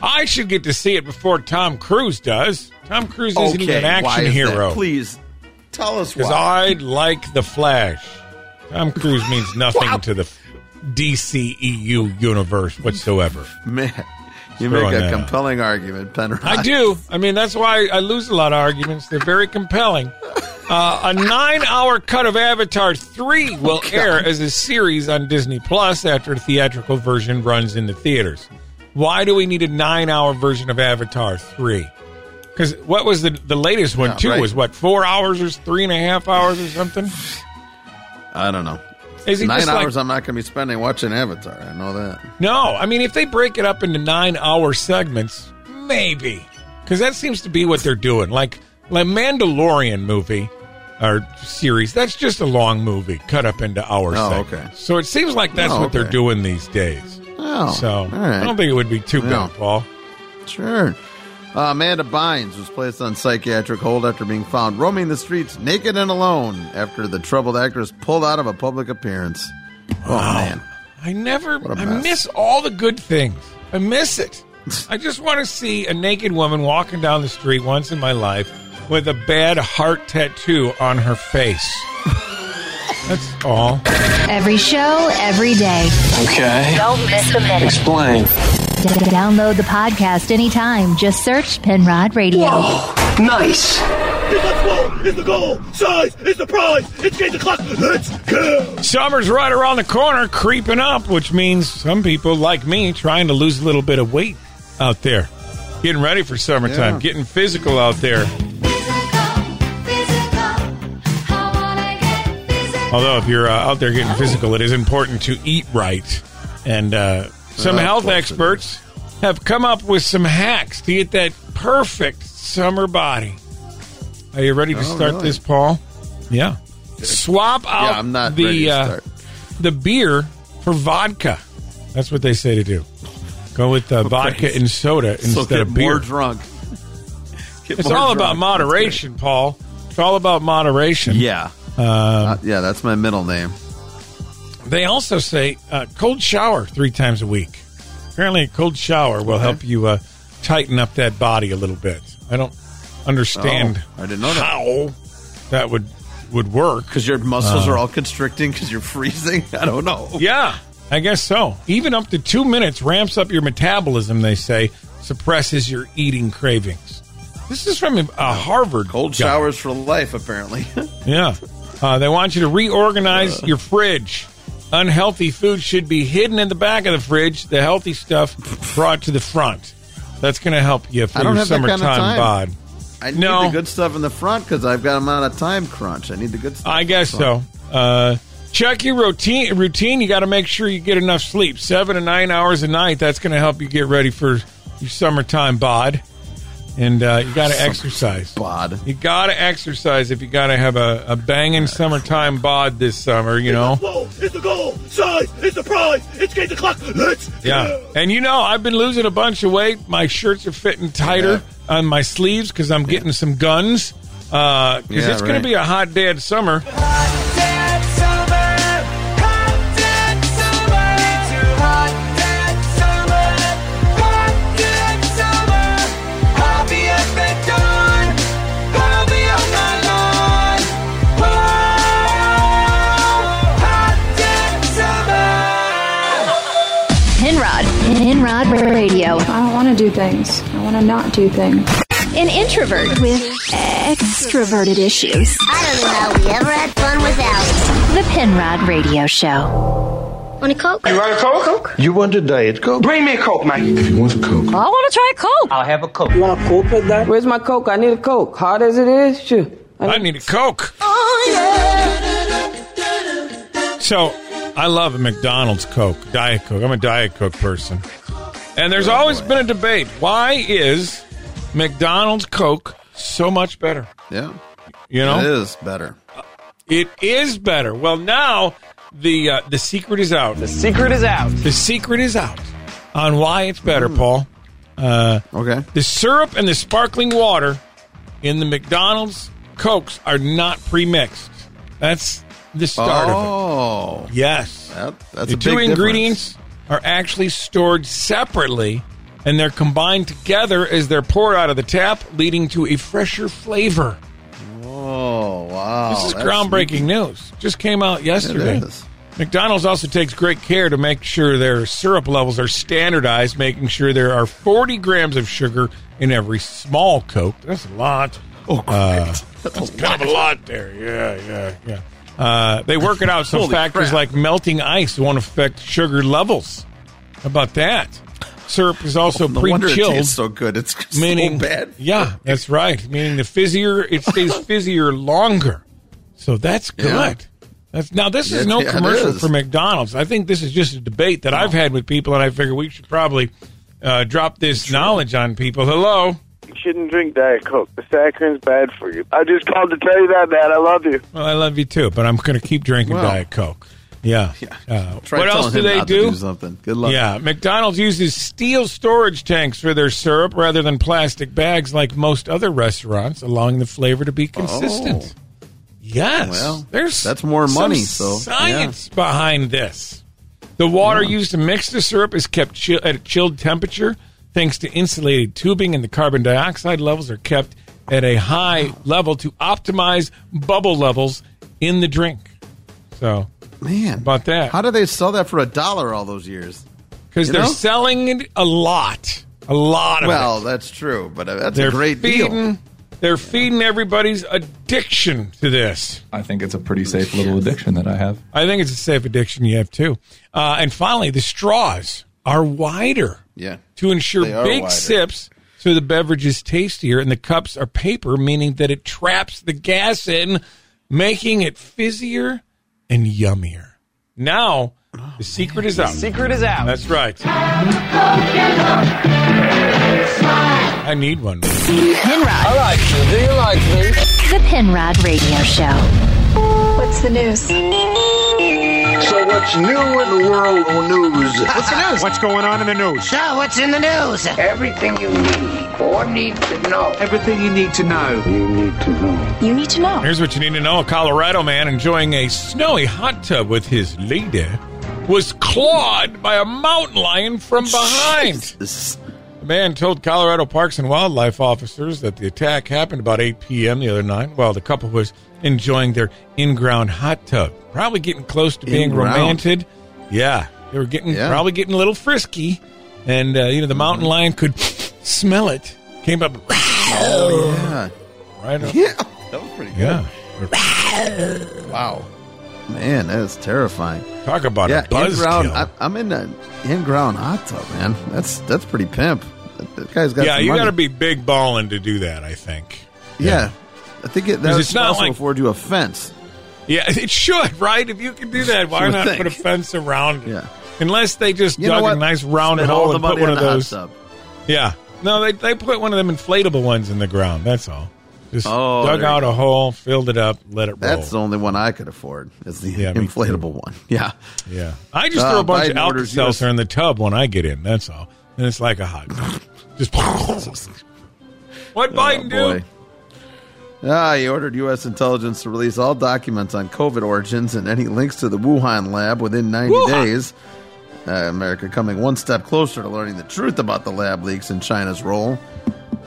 Speaker 19: I should get to see it before Tom Cruise does. Tom Cruise isn't even an
Speaker 18: why
Speaker 19: action
Speaker 18: is that?
Speaker 19: hero.
Speaker 18: Please tell us
Speaker 19: Because
Speaker 18: why.
Speaker 19: I like the Flash. Tom Cruise means nothing to the DCEU universe whatsoever.
Speaker 18: Man, you
Speaker 19: Throwing
Speaker 18: make a
Speaker 19: that out.
Speaker 18: compelling argument, Penrod.
Speaker 19: I do. I mean, that's why I lose a lot of arguments. They're very compelling. Uh, a nine-hour cut of Avatar three will air as a series on Disney Plus after the theatrical version runs in the theaters. Why do we need a nine-hour version of Avatar three? Because what was the the latest one
Speaker 18: Yeah,
Speaker 19: too?
Speaker 18: right.
Speaker 19: Was what four hours or three and a half hours or something?
Speaker 18: I don't know.
Speaker 19: Is he
Speaker 18: Nine
Speaker 19: just like-
Speaker 18: hours I'm not going to be spending watching Avatar. I know that.
Speaker 19: No, I mean if they break it up into nine-hour segments, maybe because that seems to be what they're doing. Like like Mandalorian movie or series, that's just a long movie cut up into hour
Speaker 18: Oh,
Speaker 19: segments.
Speaker 18: okay.
Speaker 19: So it seems like that's
Speaker 18: Oh,
Speaker 19: what they're
Speaker 18: okay.
Speaker 19: doing these days.
Speaker 18: Oh,
Speaker 19: so
Speaker 18: all right.
Speaker 19: I don't think it would be too
Speaker 18: No.
Speaker 19: bad, Paul.
Speaker 18: Sure. Uh, Amanda Bynes was placed on psychiatric hold after being found roaming the streets naked and alone after the troubled actress pulled out of a public appearance. Oh, man.
Speaker 19: I never,
Speaker 18: What a
Speaker 19: I
Speaker 18: mess.
Speaker 19: miss all the good things. I miss it. I just want to see a naked woman walking down the street once in my life with a bad heart tattoo on her face. That's all.
Speaker 20: Every show, every day.
Speaker 19: Okay.
Speaker 20: Don't miss a minute.
Speaker 19: Explain.
Speaker 20: D- download the podcast anytime. Just search Penrod Radio. nice.
Speaker 15: is the goal. Size is the prize. It's game the clock. Let's go.
Speaker 19: Summer's right around the corner, creeping up, which means some people like me trying to lose a little bit of weight out there. Getting ready for summertime,
Speaker 18: Yeah.
Speaker 19: getting physical out there. Although, if you're uh, out there getting physical, it is important to eat right. And uh, some
Speaker 18: Of
Speaker 19: health
Speaker 18: course it
Speaker 19: experts have come up with some hacks to get that perfect summer body. Are you ready to
Speaker 18: Oh,
Speaker 19: start
Speaker 18: really?
Speaker 19: this, Paul? Yeah. Swap out
Speaker 18: I'm not
Speaker 19: the
Speaker 18: ready to
Speaker 19: uh,
Speaker 18: start.
Speaker 19: the beer for vodka. That's what they say to do. Go with uh, vodka and soda
Speaker 18: so
Speaker 19: instead
Speaker 18: get
Speaker 19: of beer.
Speaker 18: more drunk. Get
Speaker 19: it's
Speaker 18: more
Speaker 19: all
Speaker 18: drunk.
Speaker 19: about moderation, Paul. It's all about moderation.
Speaker 18: Yeah.
Speaker 19: Um,
Speaker 18: Uh, yeah, that's my middle name.
Speaker 19: They also say uh, cold shower three times a week. Apparently, a cold shower will help you uh, tighten up that body a little bit. I don't understand
Speaker 18: Oh, I didn't know that.
Speaker 19: how that. would would work
Speaker 18: because your muscles
Speaker 19: Uh,
Speaker 18: are all constricting because you're freezing. I don't know.
Speaker 19: Yeah, I guess so. Even up to two minutes ramps up your metabolism. They say suppresses your eating cravings. This is from a Harvard
Speaker 18: Cold
Speaker 19: guy.
Speaker 18: showers for life, apparently.
Speaker 19: Yeah. Uh, they want you to
Speaker 18: Uh.
Speaker 19: reorganize your fridge. Unhealthy food should be hidden in the back of the fridge. The healthy stuff brought to the front. That's going to help you for
Speaker 18: I don't
Speaker 19: your
Speaker 18: have that kind of
Speaker 19: summertime
Speaker 18: time.
Speaker 19: bod.
Speaker 18: I need
Speaker 19: No.
Speaker 18: the good stuff in the front because I've got them on a time crunch. I need the good stuff.
Speaker 19: I guess so. Uh, check your routine. Routine. You got to make sure you get enough sleep. Seven to nine hours a night. That's going to help you get ready for your summertime bod. And uh, you got to exercise.
Speaker 18: Bod.
Speaker 19: You got to exercise if you got to have a, a banging summertime bod this summer. You know.
Speaker 15: is the goal. Size is the prize. It's game the clock. Let's
Speaker 19: Yeah. And you know, I've been losing a bunch of weight. My shirts are fitting tighter on my sleeves because I'm getting some guns. Because
Speaker 18: Yeah,
Speaker 19: it's going
Speaker 18: right.
Speaker 19: to be a hot, dead summer.
Speaker 20: Penrod. Penrod Radio.
Speaker 1: I don't want to do things. I want to not do things.
Speaker 20: An introvert with extroverted issues.
Speaker 3: I don't know how we ever had fun without
Speaker 20: The Penrod Radio Show.
Speaker 3: it. Want a Coke?
Speaker 13: You want a Coke? You want a Diet Coke? Bring me a Coke, Mike. If you want a Coke.
Speaker 4: I want to try Coke.
Speaker 13: I'll have a Coke.
Speaker 4: You want a Coke with that? Where's my Coke? I need a Coke. Hard as it is, sure.
Speaker 19: I need a Coke. So I love a McDonald's Coke, Diet Coke. I'm a Diet Coke person. And there's always been a debate why is McDonald's Coke so much better?
Speaker 18: Yeah.
Speaker 19: You know?
Speaker 18: It is better.
Speaker 19: It is better. Well, now the uh, the secret is out. The secret is out. The secret is out on why it's better,
Speaker 18: Hmm.
Speaker 19: Paul. Uh,
Speaker 18: okay.
Speaker 19: The syrup and the sparkling water in the McDonald's cokes are not pre-mixed. That's the start
Speaker 18: oh.
Speaker 19: of it. Yes.
Speaker 18: that's
Speaker 19: the
Speaker 18: a
Speaker 19: two
Speaker 18: big
Speaker 19: ingredients are actually stored separately and they're combined together as they're poured out of the tap, leading to a fresher flavor.
Speaker 18: Oh, wow.
Speaker 19: This is
Speaker 18: that's-
Speaker 19: groundbreaking news. Just came out yesterday.
Speaker 18: It is.
Speaker 19: McDonald's also takes great care to make sure their syrup levels are standardized, making sure there are 40 grams of sugar in every small Coke. That's a lot. Oh, great. that's kind of a lot there. Yeah, yeah, yeah. Uh, they work it out so
Speaker 18: Holy
Speaker 19: factors
Speaker 18: crap.
Speaker 19: like melting ice won't affect sugar levels. How about that? Syrup is also
Speaker 18: Oh, No wonder it
Speaker 19: pre-chilled.
Speaker 18: tastes so good. It's so
Speaker 19: meaning
Speaker 18: bad.
Speaker 19: Yeah, that's right. Meaning the fizzier, it stays fizzier longer. So that's good. That's now this is
Speaker 18: Yeah,
Speaker 19: no
Speaker 18: yeah, it
Speaker 19: commercial
Speaker 18: is.
Speaker 19: for McDonald's. I think this is just a debate that I've had with people, and I figure we should probably uh, drop this knowledge on people. Hello.
Speaker 6: You shouldn't drink Diet Coke. The saccharin's bad for you. I just called to tell you that, man. I love you.
Speaker 19: Well, I love you too, but I'm going to keep drinking
Speaker 6: Wow.
Speaker 19: Diet Coke. Yeah. Uh,
Speaker 18: Try
Speaker 19: what
Speaker 18: telling
Speaker 19: else do
Speaker 18: him
Speaker 19: they
Speaker 18: not to
Speaker 19: do?
Speaker 18: do something. Good luck.
Speaker 19: Yeah. McDonald's uses steel storage tanks for their syrup rather than plastic bags like most other restaurants, allowing the flavor to be consistent. Yes.
Speaker 18: Oh. Well,
Speaker 19: There's
Speaker 18: that's more
Speaker 19: some
Speaker 18: money, so, yeah.
Speaker 19: science behind this. The water used to mix the syrup is kept chill- at a chilled temperature thanks to insulated tubing, and the carbon dioxide levels are kept at a high level to optimize bubble levels in the drink. So,
Speaker 18: man,
Speaker 19: about that.
Speaker 18: How did they sell that for a dollar all those years?
Speaker 19: Because
Speaker 18: You
Speaker 19: they're
Speaker 18: know?
Speaker 19: selling it a lot, a lot of
Speaker 18: well,
Speaker 19: it.
Speaker 18: that's true, but uh, that's
Speaker 19: they're
Speaker 18: a great
Speaker 19: feeding,
Speaker 18: deal.
Speaker 19: They're feeding everybody's addiction to this.
Speaker 7: I think it's a pretty safe little addiction that I have.
Speaker 19: I think it's a safe addiction you have too. Uh, and finally, the straws are wider.
Speaker 18: Yeah.
Speaker 19: To ensure
Speaker 18: They are
Speaker 19: big
Speaker 18: wider.
Speaker 19: sips, so the beverage is tastier, and the cups are paper, meaning that it traps the gas in, making it fizzier and yummier. Now, the secret is out.
Speaker 16: secret is out.
Speaker 19: That's right. I need one.
Speaker 20: Penrod. I like you. Do you like me? The Penrod Radio Show. What's the news?
Speaker 15: So what's new in the world of news? What's the news? What's going on in the news?
Speaker 17: So, what's in the news? Everything you need or need to know.
Speaker 15: Everything you need to know. You need to know.
Speaker 17: You need to know.
Speaker 19: Here's what you need to know. A Colorado man enjoying a snowy hot tub with his lady was clawed by a mountain lion from behind. The man told Colorado Parks and Wildlife officers that the attack happened about 8 p.m. the other night while the couple was enjoying their in-ground hot tub. Probably getting close to being
Speaker 18: In-ground.
Speaker 19: romantic. Yeah, they were getting
Speaker 18: Yeah.
Speaker 19: probably getting a little frisky, and uh, you know the mountain lion could smell it. Came up.
Speaker 18: Oh,
Speaker 19: Right up.
Speaker 18: Yeah. That was pretty good.
Speaker 19: Yeah.
Speaker 18: Wow. Man, that is terrifying.
Speaker 19: Talk about
Speaker 18: yeah,
Speaker 19: a buzz
Speaker 18: in-ground-
Speaker 19: kill.
Speaker 18: I, I'm in an in-ground hot tub, man. That's that's pretty pimp. That, that guy's got
Speaker 19: yeah,
Speaker 18: some
Speaker 19: you
Speaker 18: money.
Speaker 19: got to be big balling to do that. I think.
Speaker 18: Yeah. I think it,
Speaker 19: 'Cause
Speaker 18: that's
Speaker 19: it's not
Speaker 18: possible
Speaker 19: like-
Speaker 18: for you a fence.
Speaker 19: Yeah, it should, right? If you can do that, why
Speaker 18: would
Speaker 19: not
Speaker 18: think.
Speaker 19: put a fence around it?
Speaker 18: Yeah.
Speaker 19: Unless they just
Speaker 18: You know
Speaker 19: dug
Speaker 18: what?
Speaker 19: a nice round
Speaker 18: Spend all
Speaker 19: hole
Speaker 18: the
Speaker 19: and put
Speaker 18: money
Speaker 19: one
Speaker 18: on
Speaker 19: of
Speaker 18: the hot
Speaker 19: those.
Speaker 18: tub.
Speaker 19: Yeah, no, they they put one of them inflatable ones in the ground. That's all. Just
Speaker 18: Oh,
Speaker 19: dug
Speaker 18: there
Speaker 19: out
Speaker 18: you
Speaker 19: a hole, filled it up, let it roll.
Speaker 18: That's the only one I could afford. Is the
Speaker 19: Yeah, me
Speaker 18: inflatable one. Yeah.
Speaker 19: yeah, I just
Speaker 18: Uh,
Speaker 19: throw a bunch
Speaker 18: Biden
Speaker 19: of Alka
Speaker 18: orders US
Speaker 19: Seltzer in the tub when I get in. That's all, and it's like a hot. just
Speaker 18: Oh,
Speaker 19: what Biden do?
Speaker 18: Ah, he ordered U.S. intelligence to release all documents on COVID origins and any links to the Wuhan lab within 90
Speaker 19: Wuhan.
Speaker 18: days. Uh, America coming one step closer to learning the truth about the lab leaks and China's role.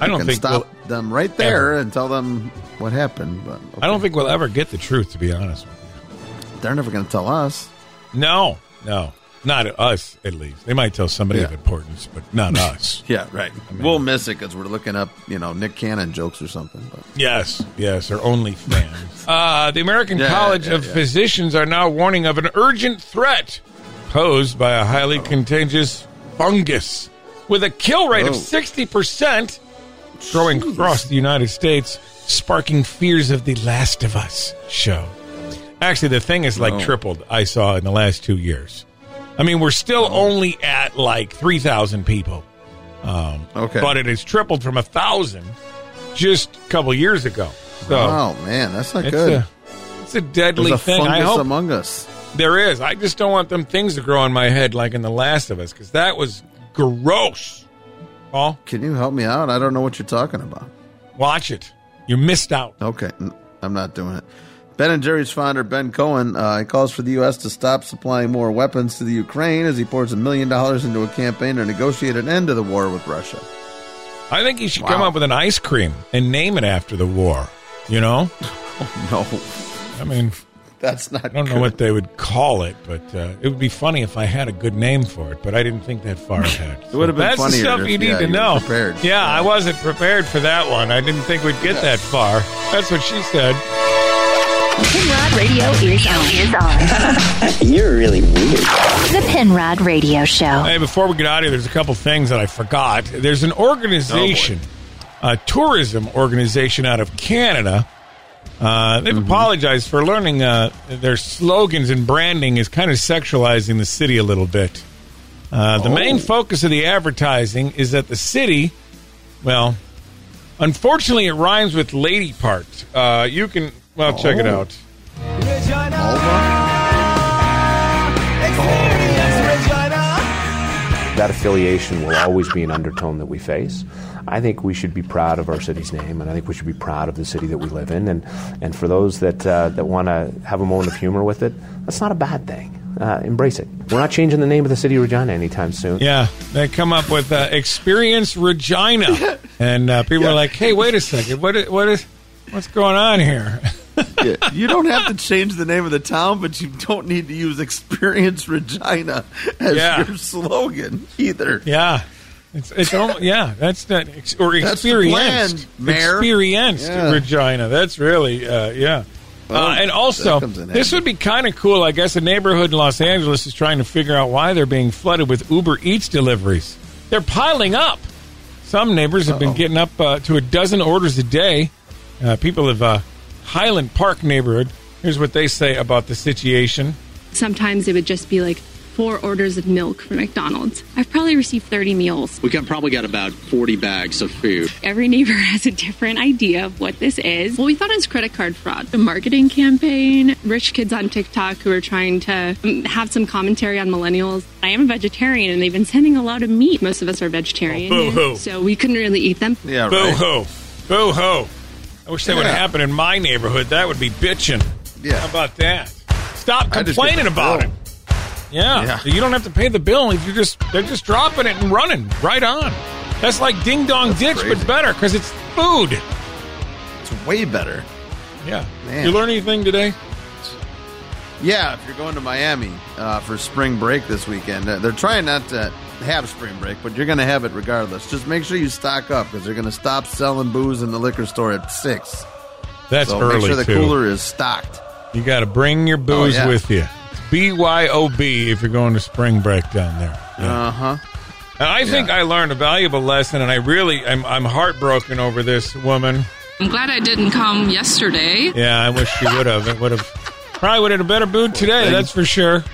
Speaker 19: I don't
Speaker 18: can
Speaker 19: think
Speaker 18: stop them right there and tell them what happened. But
Speaker 19: I don't think we'll ever get the truth, to be honest with
Speaker 18: they're never going to tell us.
Speaker 19: you. No, no, not us at least. They might tell somebody of
Speaker 18: Yeah.
Speaker 19: importance, but not us.
Speaker 18: Yeah, right. we'll miss it because we're looking up, you know, Nick Cannon jokes or something. But
Speaker 19: Yes, yes, or only fans. uh, the American
Speaker 18: Yeah,
Speaker 19: College
Speaker 18: yeah,
Speaker 19: of
Speaker 18: yeah.
Speaker 19: Physicians are now warning of an urgent threat posed by a highly contagious fungus with a kill rate of
Speaker 18: Whoa.
Speaker 19: 60% growing across the United States, sparking fears of The Last of Us show. Actually, the thing is like
Speaker 18: No.
Speaker 19: tripled, I saw in the last two years. I mean, we're still only at like 3,000 people. Um,
Speaker 18: Okay.
Speaker 19: But it has tripled from a 1,000 just a couple years ago. So
Speaker 18: oh man, that's not
Speaker 19: it's
Speaker 18: good.
Speaker 19: a- it's a deadly
Speaker 18: There's a
Speaker 19: thing.
Speaker 18: fungus
Speaker 19: I hope
Speaker 18: among us.
Speaker 19: there is. I just don't want them things to grow in my head like in The Last of Us because that was gross. Paul,
Speaker 18: Can you help me out? I don't know what you're talking about.
Speaker 19: watch it. You missed out.
Speaker 18: Okay, n- I'm not doing it. Ben and Jerry's founder Ben Cohen uh, he calls for the U.S. to stop supplying more weapons to the Ukraine as he pours a million dollars into a campaign to negotiate an end to the war with Russia.
Speaker 19: I think you should come up with an ice cream and name it after the war. You know,
Speaker 18: Oh,
Speaker 19: no. I mean,
Speaker 18: that's not. I
Speaker 19: don't know what they would call it, but uh, it would be funny if I had a good name for it. But I didn't think that far ahead.
Speaker 18: It would have been
Speaker 19: That's the
Speaker 18: funnier
Speaker 19: stuff
Speaker 18: if-
Speaker 19: you need
Speaker 18: yeah,
Speaker 19: to
Speaker 18: you were
Speaker 19: know.
Speaker 18: prepared.
Speaker 19: Yeah, I wasn't prepared for that one. I didn't think we'd get that far. That's what she said.
Speaker 20: Penrod Radio is on. Is on.
Speaker 19: You're really weird.
Speaker 20: the Penrod Radio Show.
Speaker 19: Hey, before we get out of here, there's a couple things that I forgot. There's an organization, a tourism organization out of Canada. Uh, they've apologized for learning uh, their slogans and branding is kind of sexualizing the city a little bit. Uh, the main focus of the advertising is that the city, well, unfortunately, it rhymes with lady part. Uh, you can, well, check it
Speaker 5: Oh.
Speaker 19: out.
Speaker 11: That affiliation will always be an undertone that we face. I think we should be proud of our city's name, and I think we should be proud of the city that we live in. And, and for those that, uh, that want to have a moment of humor with it, that's not a bad thing. Uh, embrace it. We're not changing the name of the city of Regina anytime soon.
Speaker 19: Yeah, they come up with uh, experience Regina, and uh, people are like, "Hey, wait a second, what is, what is what's going on here?"
Speaker 18: you don't have to change the name of the town, but you don't need to use Experience Regina as
Speaker 19: Yeah.
Speaker 18: your slogan either.
Speaker 19: Yeah, it's it's almost, yeah, that's not ex- or
Speaker 18: That's the
Speaker 19: experienced
Speaker 18: plan, Mayor.
Speaker 19: experienced
Speaker 18: Yeah.
Speaker 19: Regina. That's really uh, yeah.
Speaker 18: Well,
Speaker 19: uh, and
Speaker 18: that
Speaker 19: also,
Speaker 18: comes in
Speaker 19: this would be kind of cool. I guess a neighborhood in Los Angeles is trying to figure out why they're being flooded with Uber Eats deliveries. They're piling up. Some neighbors have been getting up uh, to a dozen orders a day. Uh, people of uh, Highland Park neighborhood. Here's what they say about the situation.
Speaker 21: Sometimes it would just be like four orders of milk from McDonald's. I've probably received 30 meals.
Speaker 22: We got probably got about 40 bags of food.
Speaker 21: Every neighbor has a different idea of what this is. Well, we thought it was credit card fraud, a marketing campaign, rich kids on TikTok who are trying to mm, have some commentary on millennials. I am a vegetarian and they've been sending a lot of meat. Most of us are vegetarian,
Speaker 19: Oh, boo-hoo.
Speaker 21: so we couldn't really eat them.
Speaker 18: Yeah,
Speaker 19: Boo ho. Boo ho. I wish that would
Speaker 18: Yeah.
Speaker 19: happen in my neighborhood. That would be bitching.
Speaker 18: Yeah.
Speaker 19: How about that? Stop
Speaker 18: I just get
Speaker 19: complaining
Speaker 18: the
Speaker 19: about it.
Speaker 18: bill.
Speaker 19: Yeah.
Speaker 18: Yeah.
Speaker 19: So You don't have to pay the bill if you just they're just dropping it and running right on. That's like ding dong ditch, but better because it's food.
Speaker 18: It's way better.
Speaker 19: Yeah.
Speaker 18: Man.
Speaker 19: You learn anything today?
Speaker 18: Yeah, if you're going to Miami uh, for spring break this weekend, uh, they're trying not to have spring break, but you're going to have it regardless. Just make sure you stock up because they're going to stop selling booze in the liquor store at six.
Speaker 19: That's
Speaker 18: so
Speaker 19: early
Speaker 18: Make sure the
Speaker 19: too.
Speaker 18: cooler is stocked.
Speaker 19: You got to bring your booze
Speaker 18: yeah.
Speaker 19: with you. It's BYOB if you're going to spring break down there.
Speaker 18: Uh huh.
Speaker 19: And I think I learned a valuable lesson, and I really I'm, I'm heartbroken over this woman.
Speaker 9: I'm glad I didn't come yesterday.
Speaker 19: Yeah, I wish she would have. It would have probably would have been a better mood today. That's for sure.